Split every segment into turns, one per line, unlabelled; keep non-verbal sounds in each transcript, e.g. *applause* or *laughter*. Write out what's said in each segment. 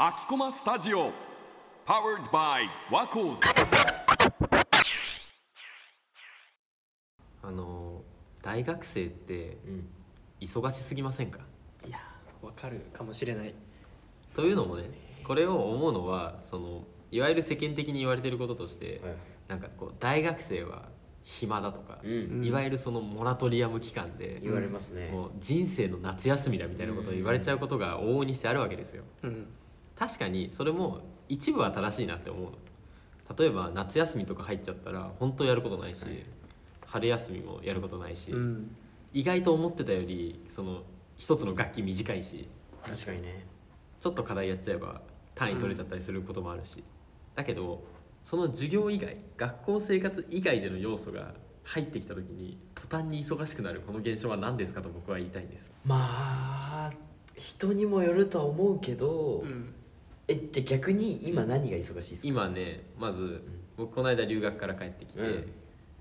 アキコマスタジオ Powered by ワコーズ
あの大学生って忙しすぎませんか、
いやーわかるかもしれない
というのもねこれを思うのはそのいわゆる世間的に言われてることとして、なんかこう大学生は暇だとか、
うん
いわゆるそのモラトリアム期間で、
言われますね、
もう人生の夏休みだみたいなことを言われちゃうことが往々にしてあるわけですよ
うん
確かにそれも一部は正しいなって思うの例えば夏休みとか入っちゃったら本当やることないし、春休みもやることないし、
うん
意外と思ってたよりその一つの楽器短いし
確かにね
ちょっと課題やっちゃえば単位取れちゃったりすることもあるし、だけどその授業以外学校生活以外での要素が入ってきた時に途端に忙しくなるこの現象は何ですかと僕は言いたいんです
まあ人にもよるとは思うけど、
うん
えじゃあ逆に今何が忙しいですか、
今ねまず僕この間留学から帰ってきて、
うん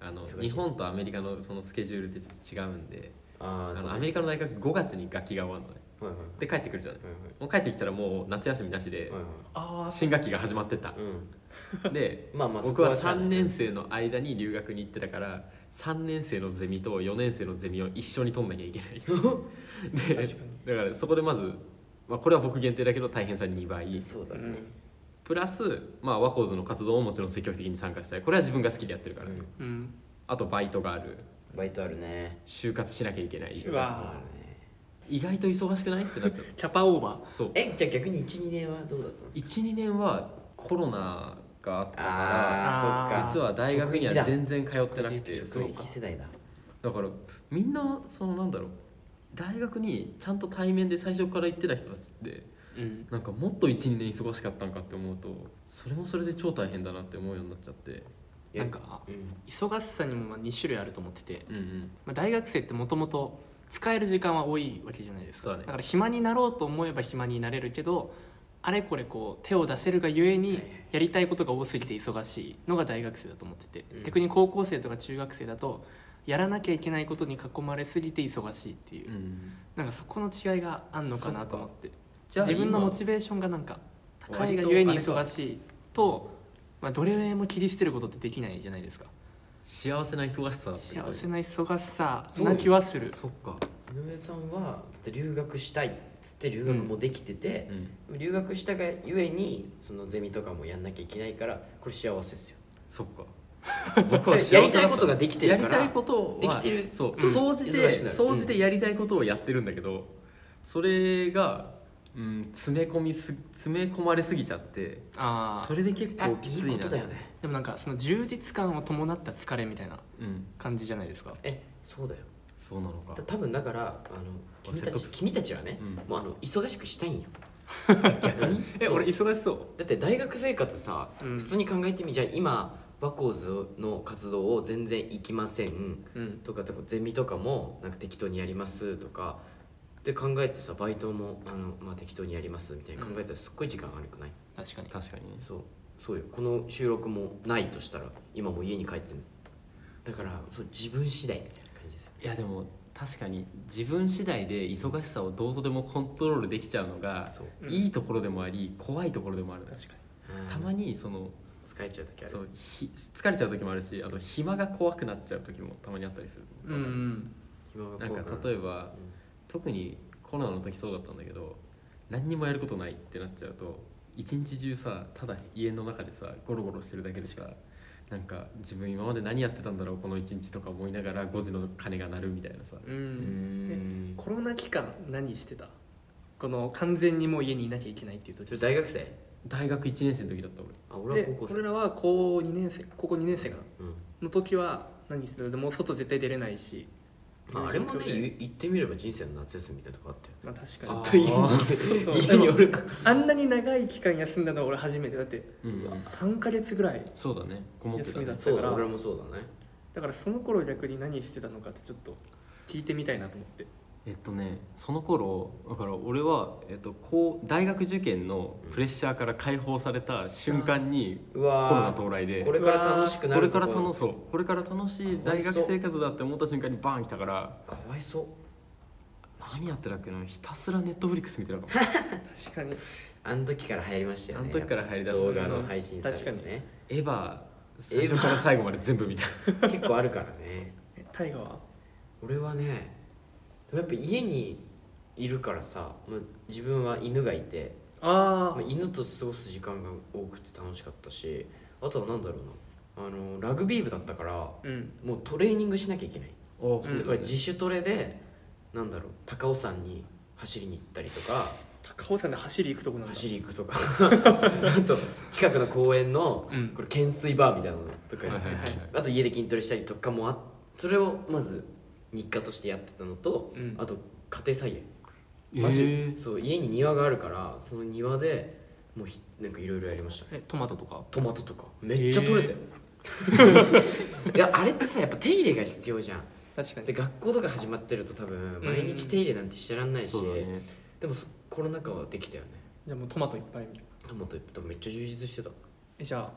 あの
忙しい
日本とアメリカのそのスケジュールってちょっと違うんで
あ
あ
あそう
の
だ
ア
ね
メリカの大学5月に学期が終わるのね
はいはい
で帰ってくるじゃない
はい
もう帰ってきたらもう夏休みなしで
はいはい
あ
新学期が始まってた
はいうん
で
まあまあ
僕は
そこはしゃあない
3年生の間に留学に行ってたから3年生のゼミと4年生のゼミを一緒に取んなきゃいけ
*laughs*
ないで
確か
だからそこでまず、まあ、これは僕限定だけど大変さ2倍
そう
あ
だ
う
ね、
ん
プラス、まあ、ワコーズの活動をもちろん積極的に参加したいこれは自分が好きでやってるから、
うん
うん
あとバイトがある
バイトあるね
就活しなきゃいけないう
わ
そうだね
意外と忙しくないってなっちゃっ
キャパオーバ
たそう
えじゃあ逆に12年はどうだったんですか
12年はコロナがあったか
あ
あ
あ
ら
ー
そっか
実は大学に
直撃
は
だ
全然通ってなくて
直撃世代だ
だからみんなそのなんだろう大学にちゃんと対面で最初から行ってた人たちって
ーうん
なんかもっと12年忙しかったんかって思うとそれもそれで超大変だなって思うようになっちゃって
え
なんか
うん
忙しさにもまあ2種類あると思ってて、
うんうん
まあ、大学生ってもともと使える時間は多いわけじゃないです
そう
か
だね
から暇になろうと思えば暇になれるけどあれこれこう手を出せるがゆえ
はい
に
はい
やりたいことが多すぎて忙しいのが大学生だと思ってて、
うん
逆に高校生とか中学生だとやらなきゃいけないことに囲まれすぎて忙しいっていう、
うん
なんかそこの違いがあんのかなと思って
じゃあ
自分の
今
モチベーションがなんか高い
割
が
と
ゆえ
あ
に
れか
忙しいと、まあ、どれも切り捨てることってできないじゃないですか
幸せな忙しさって
幸
こと
せな忙しさ
そう
な気はする
そっか、
井上さんはだって留学したいっつって留学もできてて
う、ん、
留学したがゆえにそのゼミとかもやんなきゃいけないからこれ幸せですよ
そ *laughs* っか僕は幸せだ
や
った
りたいことができてるか
や
ら
りたいことは
できてる
そう
うん
総じ
忙しく
て
なる
総じてやりたいことをやってるんだけど、それが、うん、詰め込みす詰め込まれすぎちゃって
ああ
それで結構きついない
いことだよね
でもなんかその充実感を伴った疲れみたいな
うん
感じじゃないですか
えそうだよ
そうなのか
だ多分だからあの君た
説得
ち
する
君たちはね、
うん
もうあの忙しくしたい
*laughs*
んよ逆にそう
忙しそう
だって大学生活さ、
うん
普通に考えてみじゃあ今バコーズの活動を全然行きません
うん
とか多分ゼミとかもなんか適当にやりますとかで考えてさバイトもあの、まあ、適当にやりますみたいに考えたらすっごい時間あるくない、
確かに
確かに
そうそうよこの収録もないとしたら今もう家に帰ってるだからそう自分次第みたいな感じですよ
いやでも確かに自分次第で忙しさをどうとでもコントロールできちゃうのが
そう
うん
いいところでもあり怖いところでもある確か
うん
たまにその
疲れちゃう時ある
そうひ疲れちゃう時もあるしあと暇が怖くなっちゃう時もたまにあったりする、
うんうん
暇が
なん
怖
か
くなる
例えば特にコロナの時そうだったんだけど何にもやることないってなっちゃうと一日中さただ家の中でさゴロゴロしてるだけでさなんか自分今まで何やってたんだろうこの一日とか思いながら5時の鐘が鳴るみたいなさ
う
うんんうん
コロナ期間何してたこの完全にもう家にいなきゃいけないっていう
それ
時
大学生
大学1年生の時だった俺
あ俺は
で
高校生
俺らは高2年生高校2年生かな
うん
の時は何してたでもう外絶対出れないし
まあ、あれもね
そういう状況で
言言ってみれば人生の夏休みみたいなとこあったよ
まあ確
あ
か
ずっと家に
にそうそう
家におる
あんなに長い期間休んだのは俺初めてだって
うん
3ヶ月ぐらい
そうだねこもってた
休みだ
ね
っ
そう
だ
だ
から
俺もそうだね
だからその頃逆に何してたのかってちょっと聞いてみたいなと思って
えっとねその頃だから俺は、えっと、こう大学受験のプレッシャーから解放された瞬間に
う
コロナ
わー
到来で
これから楽しくな
これ
る
から
と
楽しそうこれから楽しい大学生活だって思った瞬間にバーン来たから
かわいそう
何やってたっけなひたすらネットフリックス見て *laughs* たかも
確かに
あの時から流行りましたよね
あの時から流行りだした
動画の配信サービスね
エヴァ最初から最後まで全部見た
結構あるからね
え大河は
俺はねでもやっぱ家にいるからさ、まあ、自分は犬がいて、
あ
まあ、犬と過ごす時間が多くて楽しかったしあとはなんだろうなあのラグビー部だったから
うん
もうトレーニングしなきゃいけない
お
うん
だから自主トレでなんだろう高尾山に走りに行ったりとか
高尾山で走り行くとこなんだ
走り行くとか *laughs* あと近くの公園の
うん
これ懸垂バーみたいなのとか
はいはいはいはい
あと家で筋トレしたりとかもあそれをまず日課としてやってたのと、
うん
あと家庭菜園
マジ、
そう家に庭があるからその庭でもうひなんかいろいろやりましたね
えトマトとか
トマトとかめっちゃ取れたよ、 *laughs* いやあれってさやっぱ手入れが必要じゃん
確か
で
に
学校とか始まってると多分毎日手入れなんてしてらんないし、
そうだね
でもそコロナ禍はできたよね
じゃあもうトマトいっぱいみたいな
トマトめっちゃ充実してた、
えじゃあ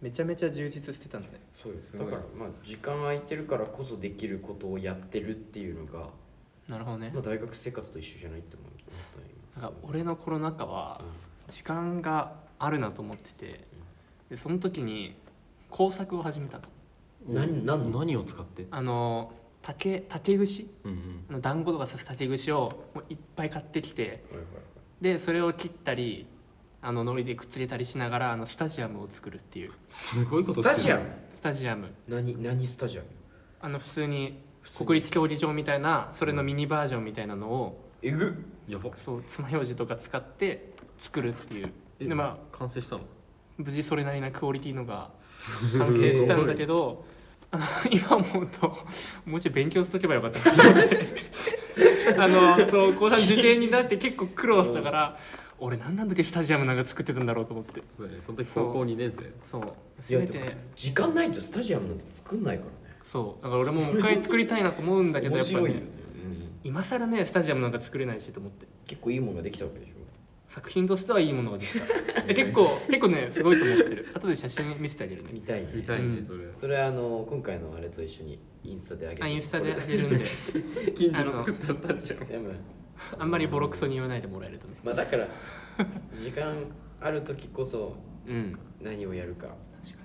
めちゃめちゃ充実してたんだね
そうです
すご
だ
い
からまあ時間空いてるからこそできることをやってるっていうのが、
なるほどね
まあ、大学生活と一緒じゃないって思った
なん
今
か俺のコロナ禍は
うん
時間があるなと思っててでその時に工作を始めたの
何何の
何を使って
あの竹竹串
うんうん
あの団子とか刺す竹串をもういっぱい買ってきて
はいはいはい
でそれを切ったりあの糊でくっつけたりしながらあのスタジアムを作るっていう
すごいことし
ス
て
タ
る
ジアム
スタジアム
何何スタジアム
あの普通に国立競技場みたいなそれのミニバージョンみたいなのを、
えぐ
やば
そう爪楊枝とか使って作るっていう
え
でまあ
完成したの
無事それなりなクオリティのが
す
完成したんだけど *laughs* あの今思うともうちょい勉強しとけばよかったあのそう高3受験になって結構苦労したから俺何なんだっけスタジアムなんか作ってたんだろうと思って
そうだねその時高校2年生
そう
いや
せめ
でも
て
時間ないとスタジアムなんて作んないからね
そうだから俺ももう一回作りたいなと思うんだけどやっぱり、ね、
うん
今更ねスタジアムなんか作れないしと思って
結構いいものができたわけでしょ
作品としてはいいものができたえ結構結構ねすごいと思ってる後で写真見せてあげるね
見たいね
みたいね、
うん
それ
それあの今回のあれと一緒にインスタであげる
あインスタであげるんで
近
所
所
の
の
作
作
っ
ったスタジアム
スタジアム
あんまりボロクソに言わないでもらえるとね
まあだから時間ある時こそ
うん
何をやるか
確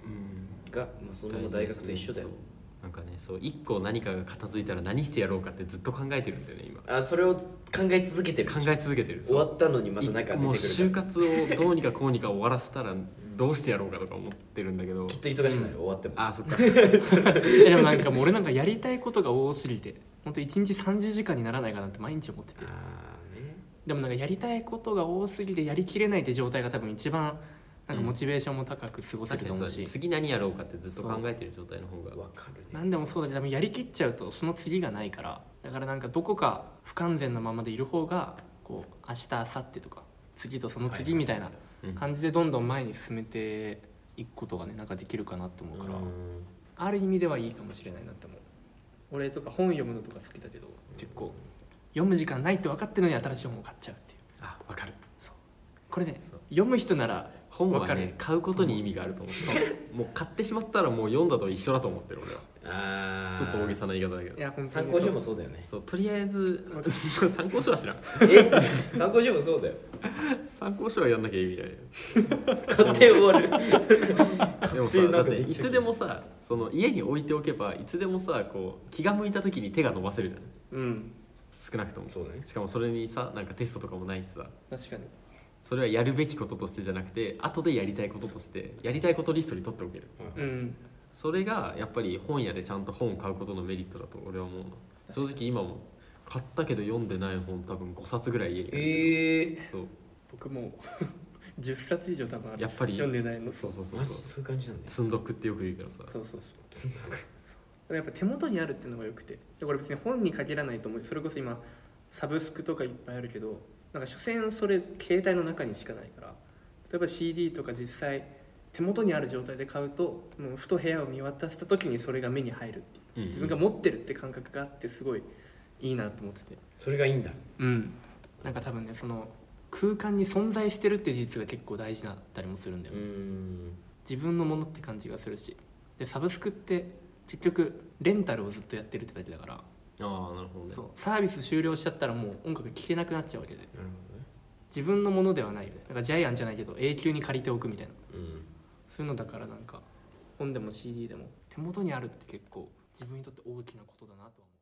か
が、まあ、そのまま大学と一緒だよ、
なんかねそう一個何かが片付いたら何してやろうかってずっと考えてるんだよね今
あそれを考え続けてる
考え続けてる
終わったのにまた何か
もう
出てく
就
るから
活をどうにかこうにか終わらせたらどうしてやろうかとか思ってるんだけど
きっと忙しくなる、終わっても
あそっか
にでもなんかもう俺なんかやりたいことが多すぎて本当一1日30時間にならないかなって毎日思ってて
あーね
でもなんかやりたいことが多すぎてやりきれないって状態が多分一番なんかモチベーションも高く過ごせると思うし、
次何やろうかってずっと考えてる状態の方が
わかるね
何でもそうだけど多分やりきっちゃうとその次がないからだからなんかどこか不完全なままでいる方がこう明日明後日とか次とその次みたいな
うん
感じでどんどん前に進めていくことがねなんかできるかなと思うから、
うん
ある意味ではいいかもしれないなって思う俺とか本読むのとか好きだけど結構読む時間ないって分かってるのに新しい本を買っちゃうっていう
あわかる
これね
そう
読む人なら
本
わ
は
か
ね
る
買うことに意味があると思う *laughs* もう買ってしまったらもう読んだと一緒だと思ってる俺は
あー
ちょっと大げさな言い方だけど
いや本当に
参考書も
そ
そうだよね
そうとりあえず *laughs* 参考書は知らん
え *laughs* 参考書もそうだよ
参考書はやんなきゃ意味ない
買って終わる
でもさ
手になんか
だって
でき
い
ちゃう
つでもさその家に置いておけばいつでもさこう気が向いた時に手が伸ばせるじゃん
ううん
少なくとも
そうだね
しかもそれにさなんかテストとかもないしさ
確かに
それはやるべきこととしてじゃなくて後でやりたいこととしてやりたいことリストに取っておける
うん
それがやっぱり本屋でちゃんと本を買うことのメリットだと俺は思うの正直今も買ったけど読んでない本多分5冊ぐらい家にある
ええ
そう
僕 *laughs* も10冊以上多分ある
やっぱり
読んでないの
そうそうそう
マジ
そう
そういう感じなんだよ
積んどくってよく言うからさ
そうそうそう
つんどく
でもやっぱ手元にあるっていうのが良くてでこれ別に本に限らないと思うそれこそ今サブスクとかいっぱいあるけどなんか所詮それ携帯の中にしかないから例えば CD とか実際手元にある状態で買うともうふと部屋を見渡した時にそれが目に入るって
うん
いう
うん
自分が持ってるって感覚があってすごいいいなと思ってて
それがいいんだ
うんなんか多分ねその空間に存在してるって事実が結構大事だったりもするんだよね
ん
自分のものって感じがするしでサブスクって結局レンタルをずっとやってるってだけだから
ああなるほどね
そうサービス終了しちゃったらもう音楽聴けなくなっちゃうわけで
なる
自分のものではないよねだからジャイアンじゃないけど永久に借りておくみたいな
ほどね
そういうのだからなんか本でも CD でも手元にあるって結構自分にとって大きなことだなとは思う